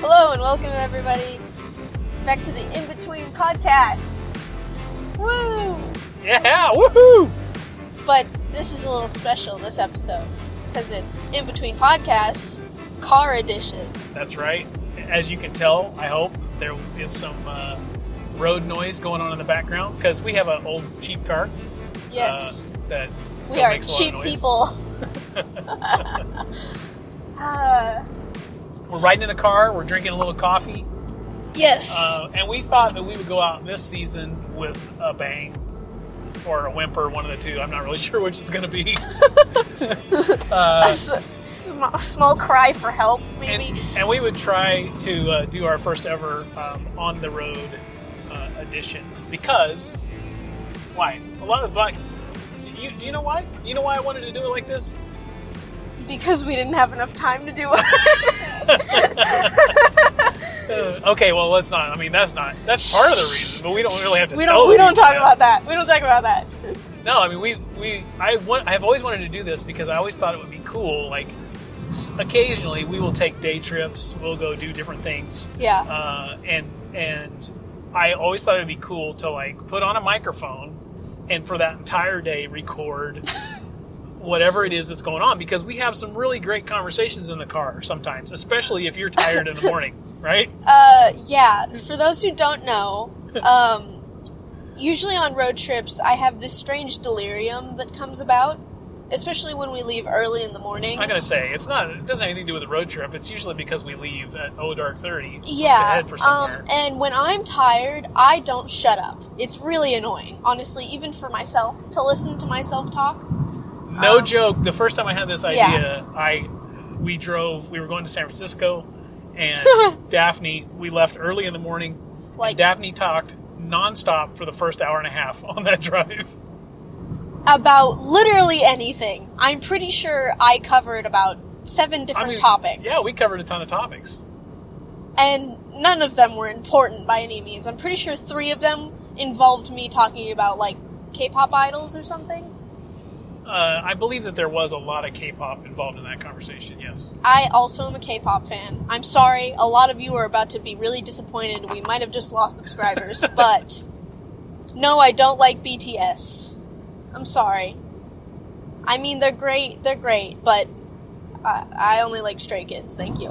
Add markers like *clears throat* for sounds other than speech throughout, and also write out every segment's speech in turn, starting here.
Hello and welcome everybody back to the In Between podcast. Woo! Yeah, woohoo! But this is a little special this episode because it's In Between podcast car edition. That's right. As you can tell, I hope there is some uh, road noise going on in the background because we have an old cheap car. Yes, uh, that still we are makes a lot cheap of noise. *laughs* people. uh, We're riding in the car. We're drinking a little coffee, yes. uh, and we thought that we would go out this season with a bang or a whimper, one of the two. I'm not really *laughs* sure which it's going to be. a uh, s- sm- small cry for help, and, maybe. and we would try to uh, do our first ever um, on the road uh, edition because why? A lot of like, do you, do you know why? You know why I wanted to do it like this? because we didn't have enough time to do it. Uh, okay, well let's not. I mean that's not that's part of the reason, but we don't really have *laughs* to. we tell don't. We the don't people talk that. about that. We don't talk about that. No, I mean we we I want, I've always wanted to do this because I always thought it would be cool. Like s- occasionally we will take day trips. We'll go do different things. Yeah. uh, and and I always thought it'd be cool to like put on a microphone and for that entire day record *laughs* whatever it is that's going on because we have some really great conversations in the car sometimes, especially if you're tired in the morning, *laughs* right? Uh, yeah. For those who don't *laughs* know, um, usually on road trips, I have this strange delirium that comes about, especially when we leave early in the morning. I'm gonna say it's not it doesn't have anything to do with a road trip. It's usually because we leave at oh dark thirty. to yeah. head for somewhere. Um, and when I'm tired, I don't shut up. It's really annoying, honestly, even for myself to listen to myself talk. No Um, joke. The first time I had this idea, Yeah. I we drove. We were going to San Francisco, and *laughs* Daphne. We left early in the morning. Like- Daphne talked nonstop for the first hour and a half on that *laughs* drive. about literally anything. I'm pretty sure I covered about seven different topics. Yeah, we covered a ton of topics. and none of them were important by any means. I'm pretty sure three of them involved me talking about like K-pop idols or something. Uh, I believe that there was a lot of K-pop involved in that conversation. Yes, I also am a K-pop fan. I'm sorry, a lot of you are about to be really disappointed. We might have just lost *laughs* subscribers, but no, I don't like BTS. I'm sorry. I mean, they're great. They're great, but I, I only like Stray Kids. Thank you.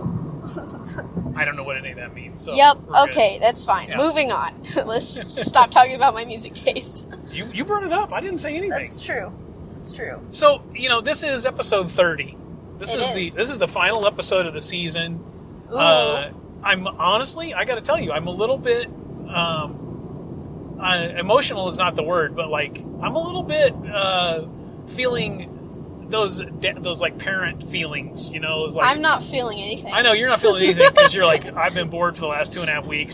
I don't know what any of that means. So yep. we're good. Okay, that's fine. Yeah. Moving on. *laughs* Let's stop talking about my music taste. You you brought it up. I didn't say anything. true. That's true. So you know, this is episode thirty. This It is the is. this is the final episode of the season. Ooh. Oh. Uh, I'm honestly, I got to tell you, I'm a little bit um, uh, emotional is not the word, but like I'm a little bit uh, feeling those de- those like parent feelings. You know, it's like I'm not feeling anything. I know you're *laughs* not feeling anything because you're like I've been bored for the last two and a half weeks.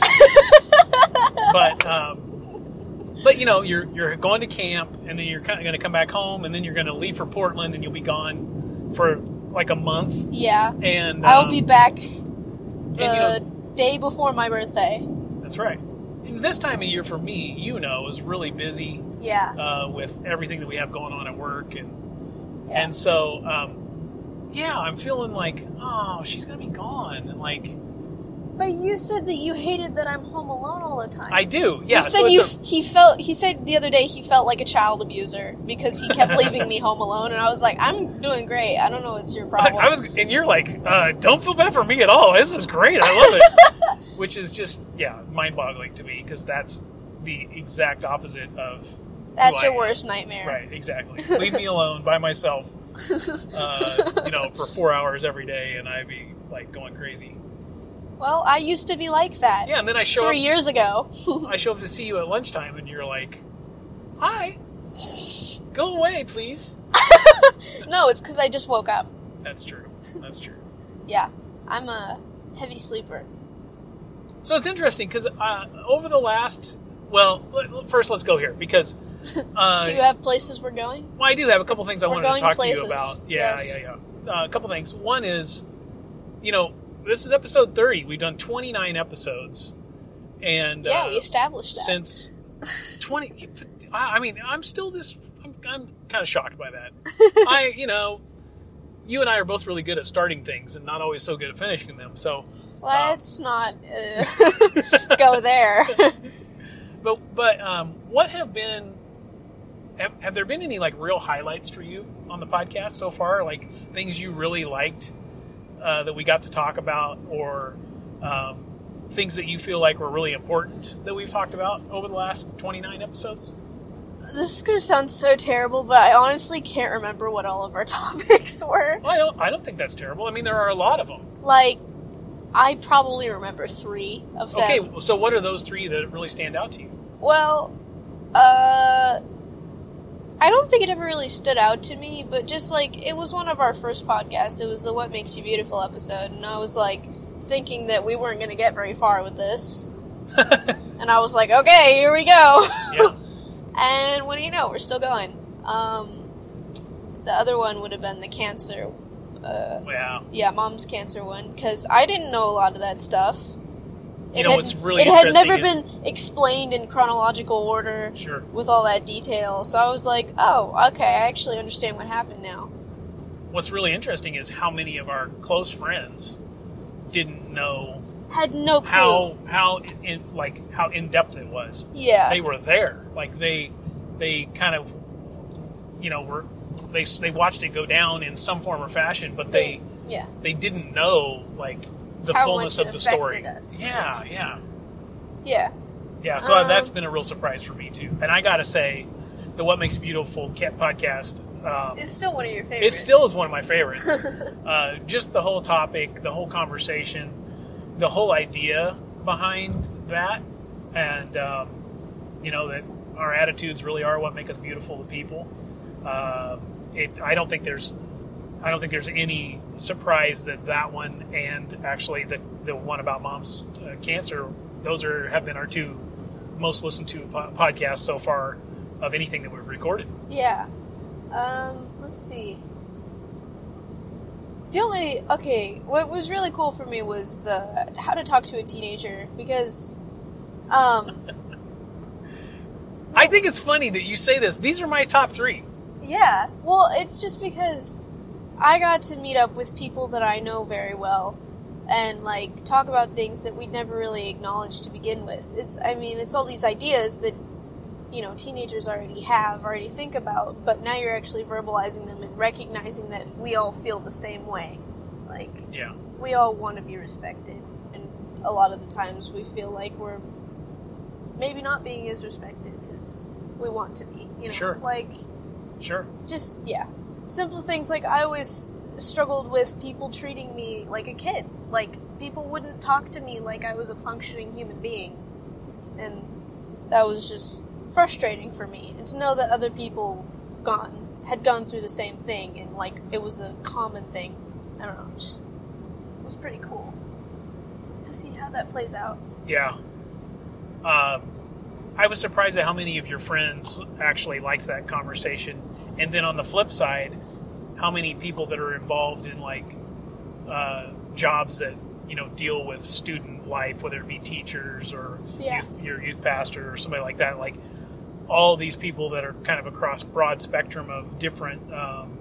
but um, but you know you're you're going to camp and then you're kind of going to come back home and then you're going to leave for Portland and you'll be gone for like a month Yeah. and I'll um, be back you the day before my birthday. That's right. And this time of year for me, you know, is really busy Yeah. uh, with everything that we have going on at work, and Yeah. and so um, yeah, I'm feeling like oh, she's gonna be gone, and like But you said that you hated that I'm home alone all the time. I do, yeah. you said so you it's a- he felt he said the other day he felt like a child abuser because he kept leaving *laughs* me home alone and I was like I'm doing great I don't know what's your I problem *laughs* I was, and you're like, uh, don't feel bad for me at all. This is great. I love it. *laughs* Which is just, yeah, mind boggling to me because that's the exact opposite of, that's who your I am. worst nightmare right, exactly. Leave me alone by myself, uh, you know, for four hours every day and I'd be like going crazy. Well, I used to be like that Yeah, and then I show three up, years ago. I show up to see you at lunchtime, and you're like, "Hi, go away, please." No, it's because I just woke up. That's true. That's true. Yeah, I'm a heavy sleeper. So it's interesting because uh, over the last, well, let- first let's go here because uh, Do you have places we're going? well, I do have a couple things I We're wanted going to talk places. to you about. Yeah, Yes. yeah, yeah. Uh, a couple things. One is, you know, this is episode thirty. We've done twenty nine episodes, and yeah, uh, we established that. since 20 i I mean i'm still this i'm, I'm kind of shocked *laughs* by that i you know you and i are both really good at starting things and not always so good at finishing them so Let's not uh, go there. *laughs* But but um, what have been have, have there been any like real highlights for you on the podcast so far? Like things you really liked uh, that we got to talk about, or um, things that you feel like were really important that we've talked about over the last twenty nine episodes? this is going to sound so terrible, but I honestly can't remember what all of our *laughs* topics were. Well, I don't I don't think that's terrible. I mean, there are a lot of them. Like, I probably remember three of them. Okay, so what are those three that really stand out to you? Well, uh, I don't think it ever really stood out to me, but just like it was one of our first podcasts. It was the What Makes You Beautiful episode, and I was like thinking that we weren't going to get very far with *laughs* this. and I was like, okay, here we go. Yeah. And what do you know? We're still going. Um, the other one would have been the cancer. Uh, Wow. yeah, mom's cancer one because I didn't know a lot of that stuff. You know what's really it had interesting never is- been explained in chronological order Sure. with all that detail, so I was like, oh, okay, I actually understand what happened now. What's really interesting is how many of our close friends didn't know Had no clue. how how in, like how in depth it was. yeah, They were there. Like they they kind of you know were they they watched it go down in some form or fashion, but they yeah. they didn't know like the How fullness much it of the affected story. us. Yeah, yeah. Yeah, Yeah, so Um, that's been a real surprise for me too. And I got to say, the What Makes Beautiful Cat podcast, um, it's still one of your it favorites. still is one of my favorites. uh, just the whole topic, the whole conversation, the whole idea behind that, and um, you know that our attitudes really are what make us beautiful to people. Um it, I don't think there's, I don't think there's any surprise that that one and actually the the one about mom's uh, cancer, those are have been our two most listened to po- podcasts so far of anything that we've recorded. Yeah. Um, let's see. The only okay, what was really cool for me was the how to talk to a teenager because um I think it's funny that you say this. These are my top three. yeah, well, it's just because I got to meet up with people that I know very well and like talk about things that we'd never really acknowledged to begin with. It's I mean, it's all these ideas that you know, teenagers already have, already think about, but now you're actually verbalizing them and recognizing that we all feel the same way. Like Yeah. we all want to be respected, and a lot of the times we feel like we're maybe not being as respected as we want to be. You know, Sure. like Sure. just yeah, simple things like I always struggled with people treating me like a kid. Like people wouldn't talk to me like I was a functioning human being, and that was just frustrating for me. And to know that other people gone had gone through the same thing and like it was a common thing. I don't know, just it was pretty cool to see how that plays out. Yeah. Um, I was surprised at how many of your friends actually liked that conversation, and then on the flip side, how many people that are involved in like uh, jobs that you know deal with student life, whether it be teachers or Yeah. youth, your youth pastor or somebody like that. Like all these people that are kind of across broad spectrum of different um,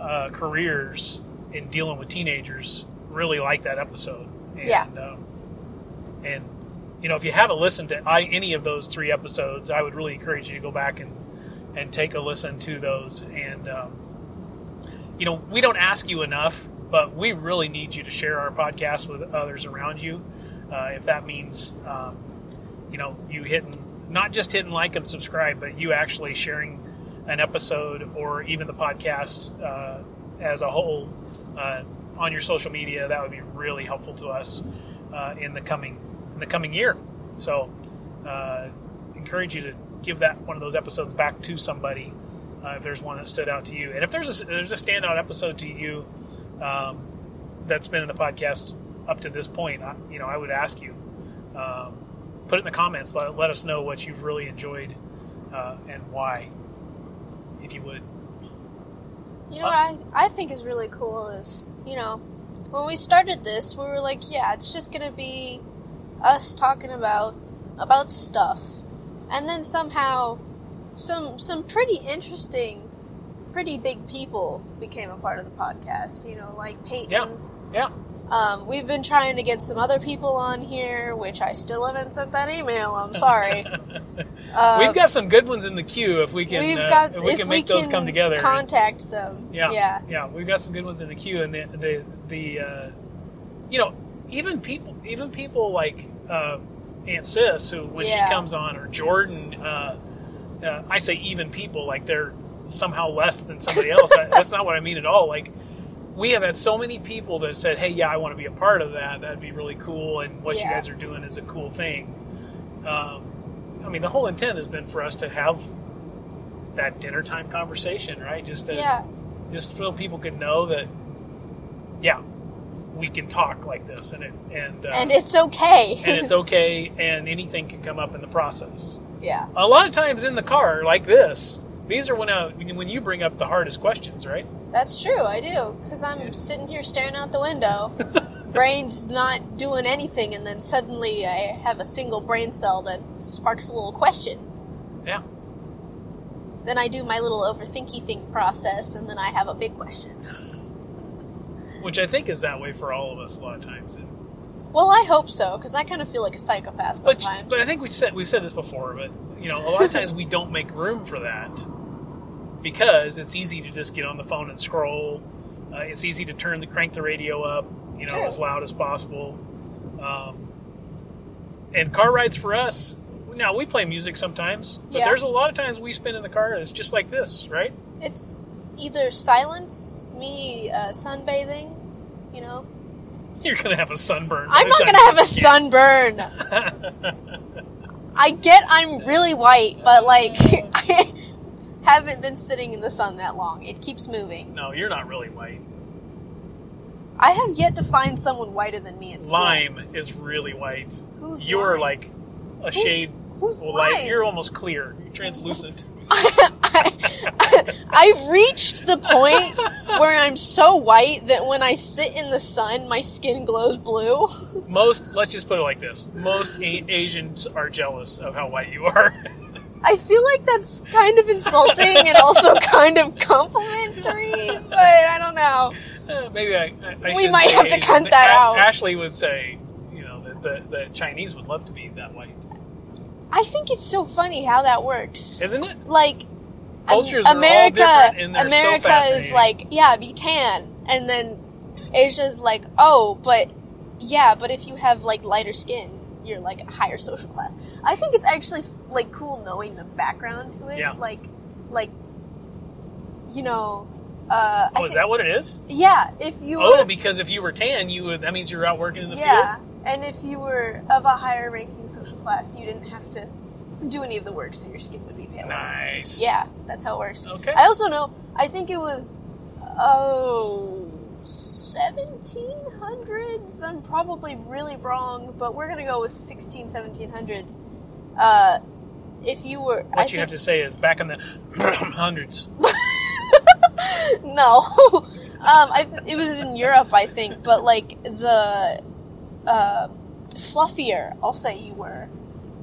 uh, careers in dealing with teenagers really like that episode. And, Yeah. Um, and you know, if you haven't listened to I, any of those three episodes, I would really encourage you to go back and and take a listen to those. And um, you know, we don't ask you enough, but we really need you to share our podcast with others around you. Uh, if that means um, you know you hitting not just hitting like and subscribe, but you actually sharing an episode or even the podcast uh, as a whole uh, on your social media, that would be really helpful to us uh, in the coming in the coming year. So, uh, encourage you to give that one of those episodes back to somebody uh, if there's one that stood out to you, and if there's a, there's a standout episode to you um, that's been in the podcast up to this point, I, you know, I would ask you um, put it in the comments. Let, let us know what you've really enjoyed uh, and why, if you would. You know what I, I think is really cool is, you know, when we started this, we were like, yeah, it's just going to be us talking about about stuff. And then somehow some some pretty interesting pretty big people became a part of the podcast, you know, like Peyton. Yeah, yeah. Um, we've been trying to get some other people on here, which I still haven't sent that email. I'm *laughs* sorry. Uh, We've got some good ones in the queue if we can we've uh, got- if we can make those come together. Contact them. yeah, yeah. We've got some good ones in the queue, and the the, the uh, you know even people even people like uh, Aunt Sis who when Yeah. she comes on or Jordan, uh, uh, I say even people like they're somehow less *laughs* than somebody else. I, that's not what I mean at all. Like we have had so many people that said, "Hey, yeah, I want to be a part of that. That'd be really cool, and what you Yeah. guys are doing is a cool thing." Um, I mean, the whole intent has been for us to have that dinner time conversation, right? Just to, Yeah. just so people could know that, yeah, we can talk like this, and it and uh, And it's okay. and it's okay, and anything can come up in the process. *laughs* yeah. A lot of times in the car, like this, these are when I, when you bring up the hardest questions, right? That's true. I do because I'm sitting here staring out the *laughs* window, brain's not doing anything, and then suddenly I have a single brain cell that sparks a little question. Yeah. Then I do my little overthinky think process, and then I have a big question. Which I think is that way for all of us a lot of times. And Well, I hope so because I kind of feel like a psychopath But, sometimes. but I think we said we've said this before, but you know, a lot of times we don't make room for that because it's easy to just get on the phone and scroll. Uh, it's easy to turn the crank the radio up, you know, True. as loud as possible. Um, and car rides for us. Now we play music sometimes, but Yeah. there's a lot of times we spend in the car. It's just like this, right? *laughs* it's either silence, me uh, sunbathing, you know. You're gonna have a sunburn. by I'm the not time gonna have a you sunburn. I get I'm really white, but like *laughs* I haven't been sitting in the sun that long. It keeps moving. *laughs* No, you're not really white. I have yet to find someone whiter than me at school. Lime is really white. Who's You're lime? like a Who's- shade Who's Well, lime? like you're almost clear, you're translucent. *laughs* I, I've reached the point where I'm so white that when I sit in the sun, my skin glows blue. most, let's just put it like this: most a- Asians are jealous of how white you are. *laughs* I feel like that's kind of insulting and *laughs* also kind of complimentary, but I don't know. Uh, Maybe I, I, I We should might say have to Asian. cut that A- out. Ashley would say, you know, that the, the Chinese would love to be that white, I think it's so funny how that works. isn't it? like Cultures are all America, different and they're so America is fascinating. like, yeah, be tan, and then Asia's like, oh, but yeah, but if you have like lighter skin, you're like a higher social class. I think it's actually like cool knowing the background to it, Yeah. like, like you know, uh, I Oh, is thi- that what it is? yeah, if you Oh, were- because if you were tan, you would. That means you're out working in the yeah, field. and if you were of a higher ranking social class, you didn't have to do any of the work, so your skin would be paler. Nice. Yeah, that's how it works. Okay. I also know, I think it was, oh, 1700s? I'm probably really wrong, but we're going to go with 16, 1700s. Uh, if you were. What I you think, have to say is back in the *clears throat* hundreds. *laughs* No. um, I, it was in Europe, I think, but like the uh, fluffier, I'll say you were.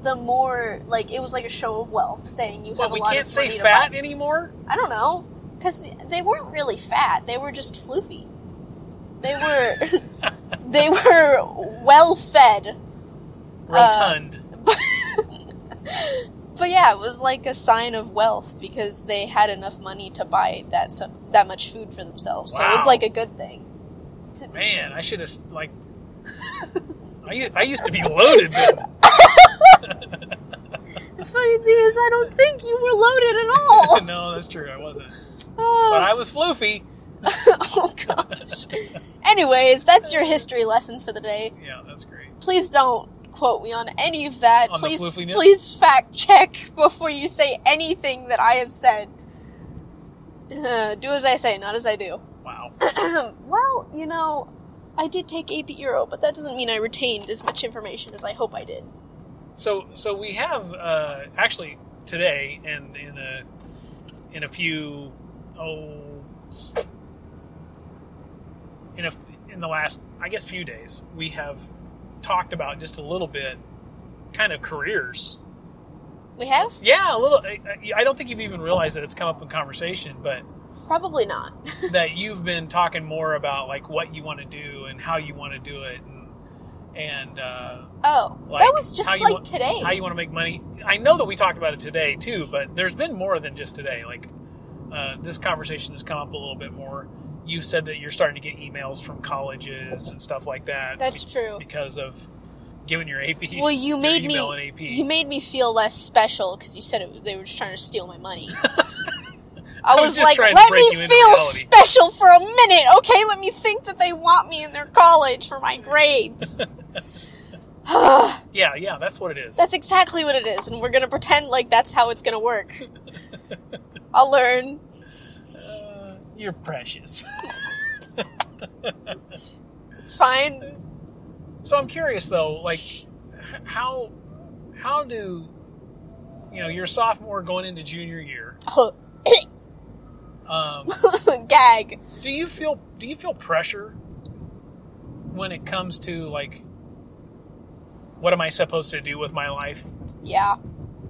The more like it was like a show of wealth, saying you have Well, a we lot can't of say money to buy. fat anymore. I don't know, because they weren't really fat. They were just floofy. They were, *laughs* they were well fed. Uh, Rotund. But yeah, it was like a sign of wealth because they had enough money to buy that so, that much food for themselves. So it was Wow. like a good thing. To be. Man, I should have like. I, u- I used to be loaded. But The funny thing is, I don't think you were loaded at all. no, that's true. I wasn't. *laughs* But oh, I was floofy. *laughs* oh gosh. Anyways, that's your history lesson for the day. Yeah, that's great. please don't quote me on any of that. On the please, floofiness? please fact check before you say anything that I have said. Uh, do as I say, not as I do. *clears throat* Wow. well, you know, I did take AP Euro, but that doesn't mean I retained as much information as I hope I did. So so we have uh, actually today and in a in a few oh in a in the last I guess few days we have talked about just a little bit kind of careers We have? Yeah, a little. I, I- I don't think you've even realized that it's come up in conversation, but Probably not. that you've been talking more about like what you want to do and how you want to do it and and uh, Oh, Like, that was just how you like want- today. how you want to make money. I know that we talked about it today too, but there's been more than just today. Like uh, this conversation has come up a little bit more. You said that you're starting to get emails from colleges and stuff like that That's true. because of giving your AP. Well, you your made email me an AP. you made me feel less special because you said it, they were just trying to steal my *laughs* money. I, was was, just like, trying to let break me you feel into reality." special for a minute, okay? Let me think that they want me in their college for my *laughs* grades. *sighs* yeah, yeah, that's what it is. That's exactly what it is, and we're gonna pretend like that's how it's gonna work. I'll learn. Uh, you're precious. It's fine. *laughs* So I'm curious though, like h- how how do you know your sophomore going into junior year? Um, *laughs* Gag. do you feel do you feel pressure when it comes to like what am I supposed to do with my life? Yeah.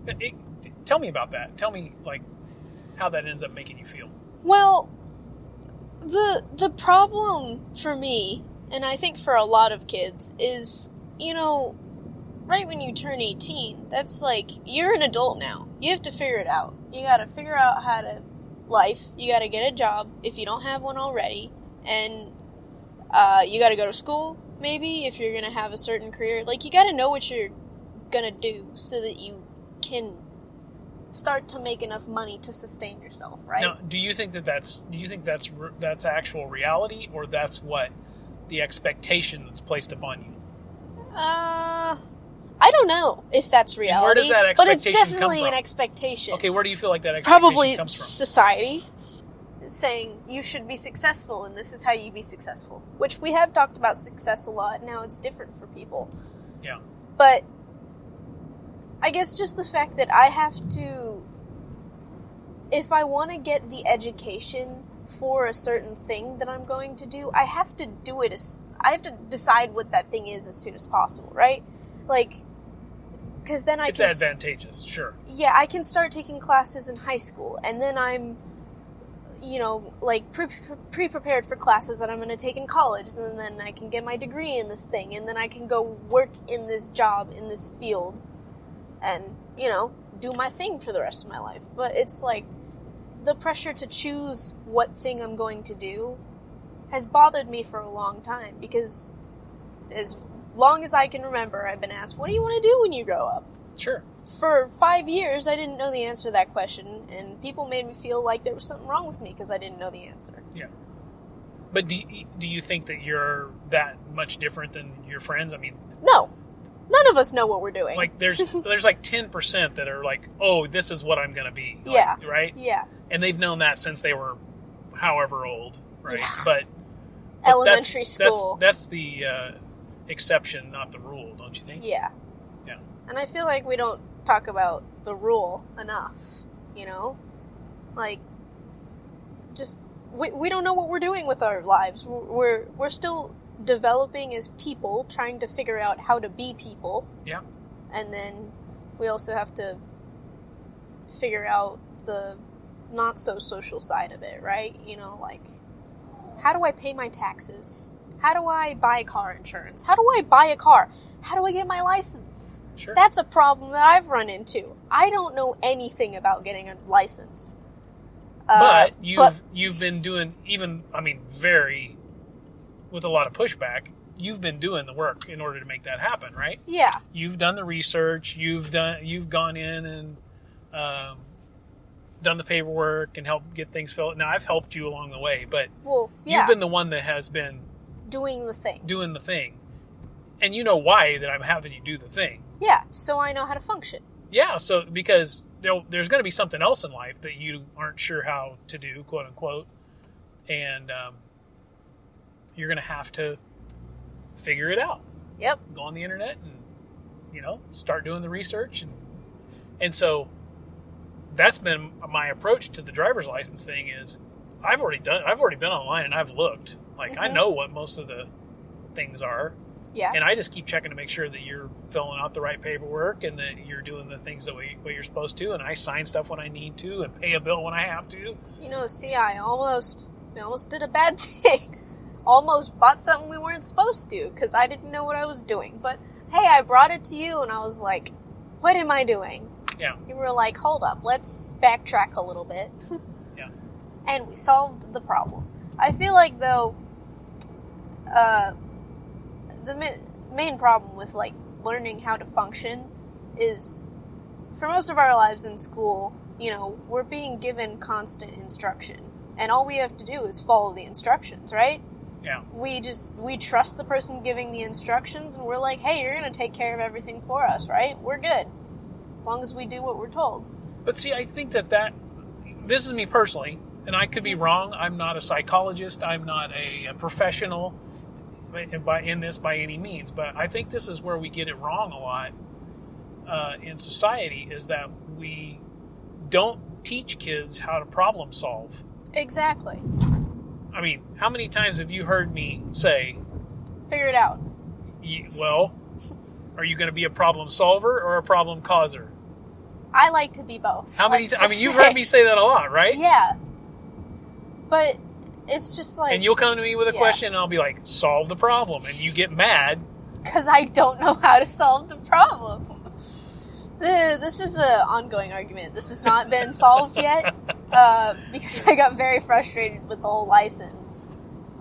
It- it- tell me about that. Tell me like how that ends up making you feel. Well, the the problem for me, and I think for a lot of kids, is you know, right when you turn eighteen, that's like you're an adult now. You have to figure it out. You got to figure out how to life. You got to get a job if you don't have one already, and uh, you got to go to school maybe if you're gonna have a certain career. Like you got to know what you're gonna do so that you can start to make enough money to sustain yourself, right? Now, do you think that that's do you think that's re- that's actual reality or that's what the expectation that's placed upon you? Uh, I don't know if that's reality. where does that but it's expectation come definitely an from? expectation. Okay, where do you feel like that expectation Probably comes from? society saying you should be successful and this is how you be successful. Which we have talked about success a lot and how it's different for people. Yeah. But I guess just the fact that I have to if I want to get the education for a certain thing that I'm going to do, I have to do it as I have to decide what that thing is as soon as possible, right? Like cuz then I it's can advantageous, sure. yeah, I can start taking classes in high school, and then I'm, you know, like pre pre prepared for classes that I'm going to take in college, and then I can get my degree in this thing, and then I can go work in this job in this field, and you know, do my thing for the rest of my life. But it's like the pressure to choose what thing I'm going to do has bothered me for a long time because as long as I can remember, I've been asked, "What do you want to do when you grow up?" Sure. for five years, I didn't know the answer to that question, and people made me feel like there was something wrong with me because I didn't know the answer. But do you, do you think that you're that much different than your friends? I mean, No, none of us know what we're doing. *laughs* like there's there's like 10% that are like, "Oh, this is what I'm going to be." Like, Yeah. Right? yeah, And they've known that since they were however old, right? Yeah. But but that's- elementary that's- school. That's, the uh, exception, not the rule, don't you think? yeah, Yeah. And I feel like we don't talk about the rule enough. You know, like just we we don't know what we're doing with our lives. We're we're, we're still developing as people, trying to figure out how to be people. Yeah. and then we also have to figure out the not so social side of it, right? You know, like how do I pay my taxes? How do I buy car insurance? How do I buy a car? How do I get my license? Sure. That's a problem that I've run into. I don't know anything about getting a license. Uh, but you've but- you've been doing even I mean, very with a lot of pushback, you've been doing the work in order to make that happen, right? yeah, you've done the research you've done you've gone in and um, done the paperwork and helped get things filled now i've helped you along the way but well, yeah, you've been the one that has been doing the thing. doing the thing and you know why that i'm having you do the thing Yeah, so I know how to function. yeah so because there, there's going to be something else in life that you aren't sure how to do quote unquote and um, you're going to have to figure it out Yep. go on the internet and you know start doing the research and and so that's been my approach to the driver's license thing is I've already done I've already been online and I've looked like I Mhm. know what most of the things are Yeah. and I just keep checking to make sure that you're filling out the right paperwork and that you're doing the things that way, way you're supposed to. And I sign stuff when I need to and pay a bill when I have to. You know, see, I almost, I almost did a bad *laughs* thing. almost bought something we weren't supposed to because I didn't know what I was doing. But hey, I brought it to you, and I was like, "What am I doing?" Yeah. You were like, "Hold up, let's backtrack a little bit." *laughs* Yeah. And we solved the problem. I feel like though, uh, the ma- main problem with like learning how to function is for most of our lives in school, you know, we're being given constant instruction. And all we have to do is follow the instructions, right? Yeah. We just we trust the person giving the instructions and we're like, "Hey, you're going to take care of everything for us, right? We're good." As long as we do what we're told. But see, I think that that this is me personally, and I could be wrong. I'm not a psychologist. I'm not a, a professional by- by in this by any means. But I think this is where we get it wrong a lot uh, in society is that we don't teach kids how to problem solve. Exactly. I mean, how many times have you heard me say, Figure it out. "Y- "Well, are you going to be a problem solver or a problem causer?" I like to be both. How many? let's ti- I just mean, you've say. heard me say that a lot, right? *laughs* Yeah. But it's just like and you'll come to me with a yeah. question and I'll be like, solve the problem. And you get mad. because I don't know how to solve the problem. The- This is an ongoing argument. This has not been solved yet uh, because I got very frustrated with the whole license.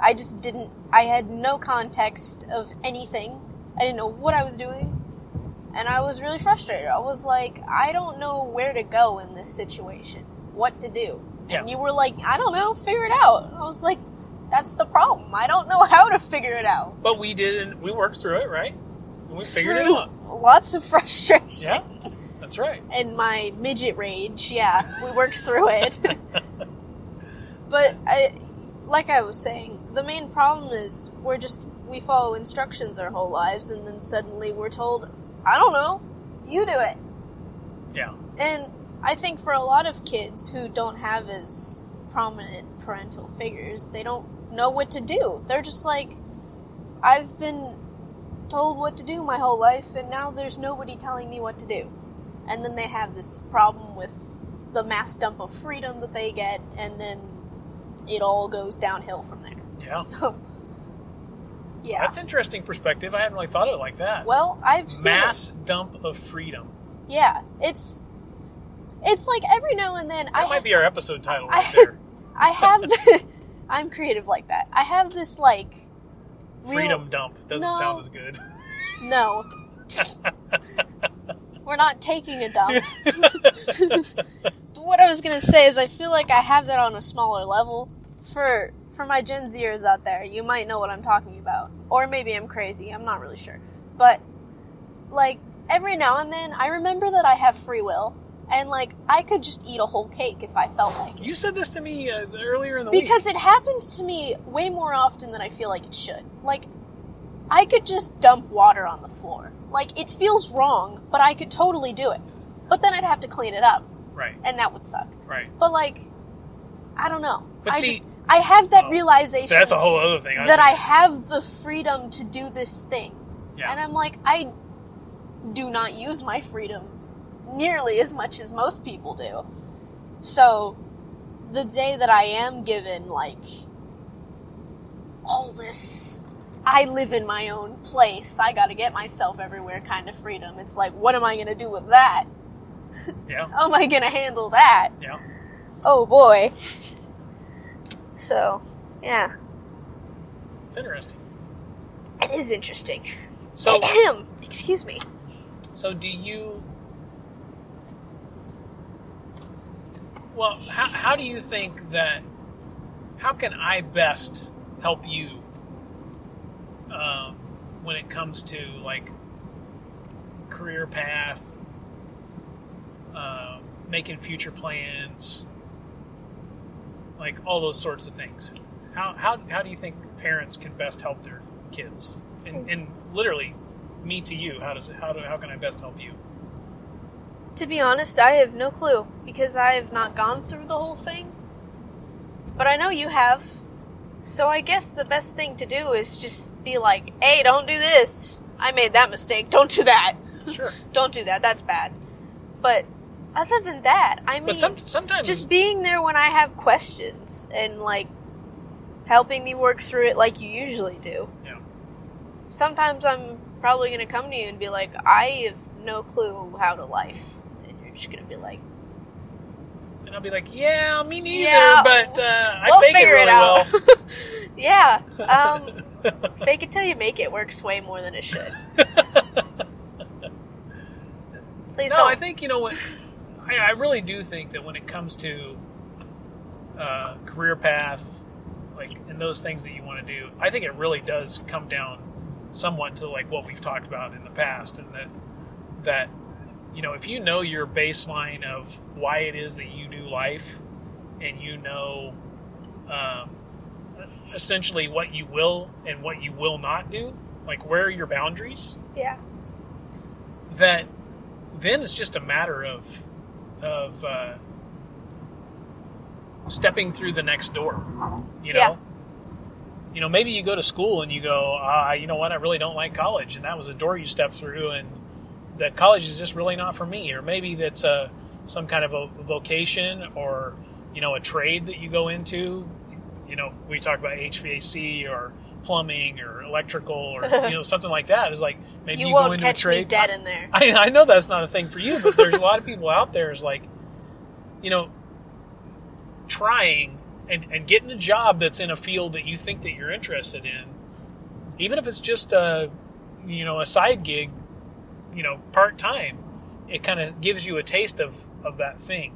I just didn't, I had no context of anything. I didn't know what I was doing. And I was really frustrated. I was like, I don't know where to go in this situation, what to do. Yeah. And you were like, I don't know, figure it out. I was like, that's the problem. I don't know how to figure it out But we didn't, we worked through it, right? And we figured it through out. Lots of *laughs* frustration Yeah. That's right. and my midget rage. Yeah, we worked through *laughs* it. but I, like I was saying, the main problem is we're just we follow instructions our whole lives, and then suddenly we're told, "I don't know, you do it." Yeah. And I think for a lot of kids who don't have as prominent parental figures, they don't know what to do. They're just like, I've been told what to do my whole life, and now there's nobody telling me what to do. And then they have this problem with the mass dump of freedom that they get, and then it all goes downhill from there. Yeah. *laughs* So, yeah. That's interesting perspective. I hadn't really thought of it like that. well, I've seen it. Mass dump of freedom. Yeah, it's it's like every now and then That I might be our episode title right I- there. I have *laughs* I'm creative like that. I have this like *laughs* real- Freedom dump. Doesn't No. sound as good. *laughs* No. We're not taking a dump. *laughs* but what I was gonna say is I feel like I have that on a smaller level. For for my Gen Zers out there, you might know what I'm talking about. Or maybe I'm crazy, I'm not really sure. But like every now and then I remember that I have free will and like I could just eat a whole cake if I felt like it. You said this to me uh, earlier in the because it happens to me way more often than I feel like it should. Like, I could just dump water on the floor. Like, it feels wrong, but I could totally do it. But then I'd have to clean it up, week. Right, and that would suck. right. But, like, I don't know. But I see- just, I have that Oh, realization That's a whole other thing. that I have the freedom to do this thing. Yeah. And I'm like, I do not use my freedom nearly as much as most people do. So the day that I am given, like, all this, I live in my own place, I gotta get myself everywhere kind of freedom, it's like, what am I gonna do with that? Yeah, How am I gonna handle that? yeah. Oh boy. So, yeah, It's interesting. it is interesting. So, *clears throat* Excuse me. So do you? Well, how, how do you think that? How can I best help you um, when it comes to like career path, um, making future plans, like all those sorts of things? How, how, how do you think parents can best help their kids? And, and literally, me to you how does how do, how can i best help you To be honest, I have no clue because I have not gone through the whole thing. But I know you have. So I guess the best thing to do is just be like, hey, don't do this. I made that mistake. Don't do that. Sure. Don't do that. That's bad. But other than that, I mean, But some, sometimes just being there when I have questions and like helping me work through it like you usually do. Yeah. Sometimes I'm probably going to come to you and be like, I have no clue how to life. And you're just going to be like, and I'll be like, yeah, me neither, Yeah, but uh, I we'll fake it figure really it out. well. *laughs* yeah. Um, *laughs* fake it till you make it works way more than it should. Please no, don't. I think you know what. I, I really do think that when it comes to uh, career path, like and those things that you want to do, I think it really does come down somewhat to like what we've talked about in the past, and that that you know if you know your baseline of why it is that you do life, and you know um, essentially what you will and what you will not do, like where are your boundaries, yeah. that then it's just a matter of of uh, stepping through the next door. You know, Yeah. you know, maybe you go to school and you go, ah, you know what, I really don't like college, and that was a door you stepped through, and that college is just really not for me. Or maybe that's a some kind of a vocation or you know a trade that you go into. You know, we talk about HVAC or plumbing or *laughs* electrical or you know something like that. It's like maybe you, you, go won't into catch a trade. me dead in there. I, I know that's not a thing for you, but there's a lot of people out there is like, you know, trying and, and getting a job that's in a field that you think that you're interested in, even if it's just a, you know, a side gig, you know, part time, it kind of gives you a taste of, of that thing.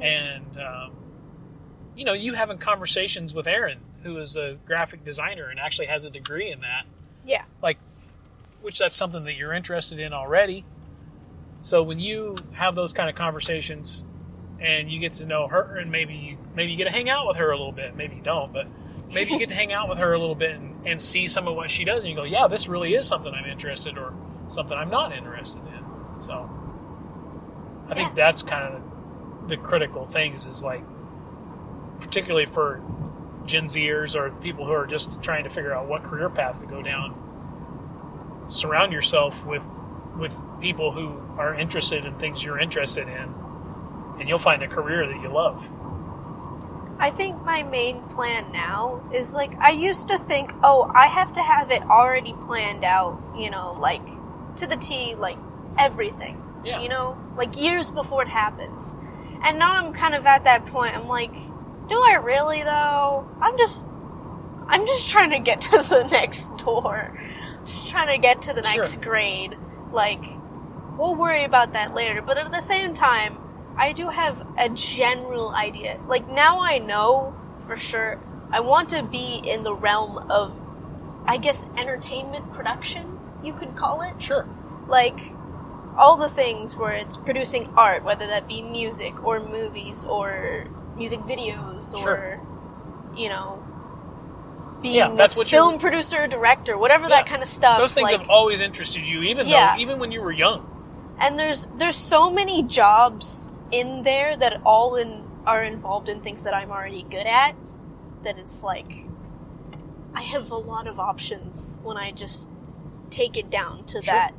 And, um, you know, you having conversations with Aaron, who is a graphic designer and actually has a degree in that Yeah. which that's something that you're interested in already. So when you have those kind of conversations and you get to know her and maybe you maybe you get to hang out with her a little bit, maybe you don't, but maybe you get to *laughs* hang out with her a little bit and, and see some of what she does and you go, Yeah, this really is something I'm interested or something I'm not interested in. So I think Yeah. that's kind of the critical things is like particularly for Gen Zers or people who are just trying to figure out what career path to go down surround yourself with with people who are interested in things you're interested in and you'll find a career that you love I think my main plan now is like I used to think, oh, I have to have it already planned out, you know, like to the T, like everything, yeah you know, like years before it happens. And now I'm kind of at that point. I'm like, do I really though? I'm just, I'm just trying to get *laughs* to the next door, just trying to get to the Sure. next grade. Like, we'll worry about that later. But at the same time, I do have a general idea. Like now I know for sure I want to be in the realm of I guess entertainment production, you could call it. sure Like all the things where it's producing art, whether that be music or movies or music videos or Sure. you know being Yeah, that's a what film you're- producer, director, whatever that Yeah. kind of stuff. those things Uh, like, have always interested you even Yeah. though even when you were young and there's there's so many jobs in there that all in are involved in things that I'm already good at that it's like I have a lot of options when I just take it down to Sure. that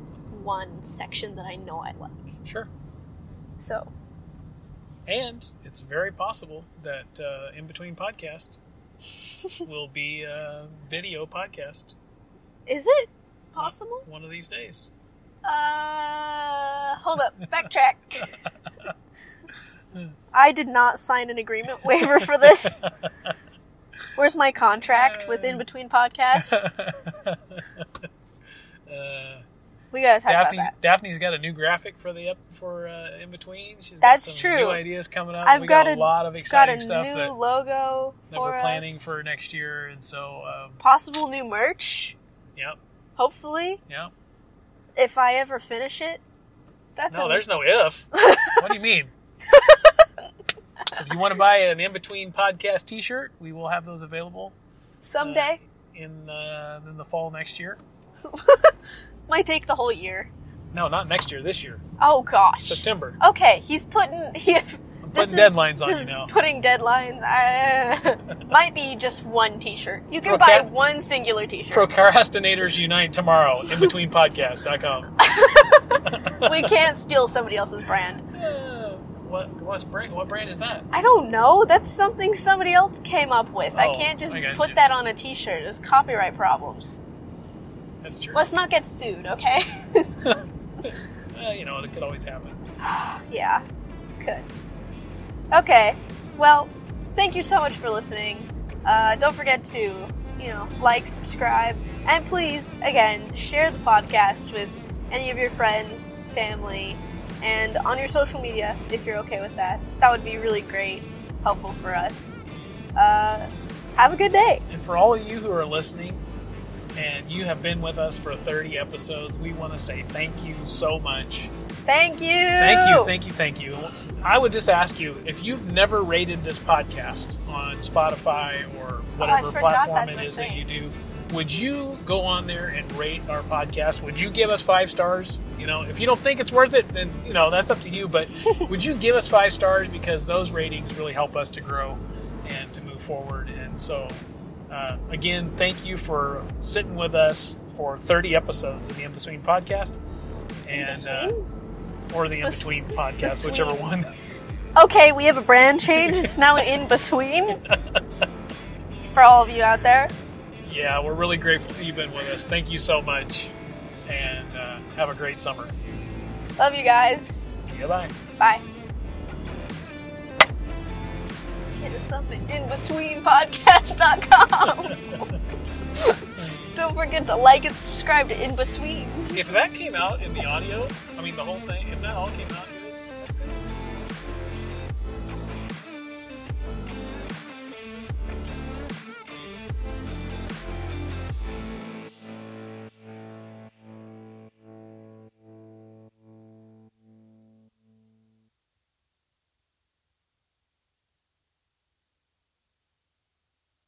one section that I know I like. sure So and it's very possible that uh, in *laughs* between podcast will be a video podcast is it possible? one of these days Uh hold *laughs* up, backtrack. I did not sign an agreement waiver for this. Where's my contract with in between podcasts? *laughs* uh, We gotta talk Daphne, about that. Daphne's got a new graphic for the up for uh, in between. She's That's got some true. New ideas coming up. I've we got, got a a- lot of We've got a exciting new stuff that, logo that for we're planning us. for next year, and so um, possible new merch. yep, Hopefully, yep. if I ever finish it, that's no, a- there's no if. what do you *laughs* mean? so if you want to buy an in between podcast T-shirt, we will have those available uh, someday in uh, in the fall next year. might take the whole year. No, not next year. This year, Oh gosh. September. Okay, he's putting *laughs* he, This Putting deadlines on this you is now. Putting deadlines. Uh, *laughs* might be just one T-shirt. You can buy Procra- one singular T-shirt. Procrastinators unite tomorrow. In between podcast.com. we can't steal somebody else's brand. what what's brand? What brand is that? I don't know. That's something somebody else came up with. I Oh, can't just I got put you. that on a T-shirt. There's copyright problems. That's true. Let's not get sued, okay? Uh, you know, it could always happen. yeah, could. Okay. Well, thank you so much for listening. Uh, don't forget to, you know, like, subscribe, and please, again, share the podcast with any of your friends, family, and on your social media if you're okay with that. That would be really great, helpful for us. Uh, have a good day. And for all of you who are listening, and you have been with us for 30 episodes, we want to say thank you so much. Thank you. Thank you, thank you, thank you. I would just ask you if you've never rated this podcast on Spotify or whatever Oh, forgot platform that's it a is that thing. you do, would you go on there and rate our podcast? Would you give us five stars? You know, if you don't think it's worth it, then you know that's up to you. *laughs* But would you give us five stars because those ratings really help us to grow and to move forward? And so, uh, again, thank you for sitting with us for 30 episodes of the In Between podcast. And uh, Between? or the in Bes- between podcast, between. whichever one. *laughs* Okay, we have a brand change. It's now in *laughs* between. For all of you out there, yeah, we're really grateful that you've been with us. Thank you so much, and uh, have a great summer. love you guys. Goodbye. Bye. Hit us up at inbetweenpodcast.com. *laughs* Don't forget to like and subscribe to In Between. If that came out in the audio, I mean the whole thing, if that all came out.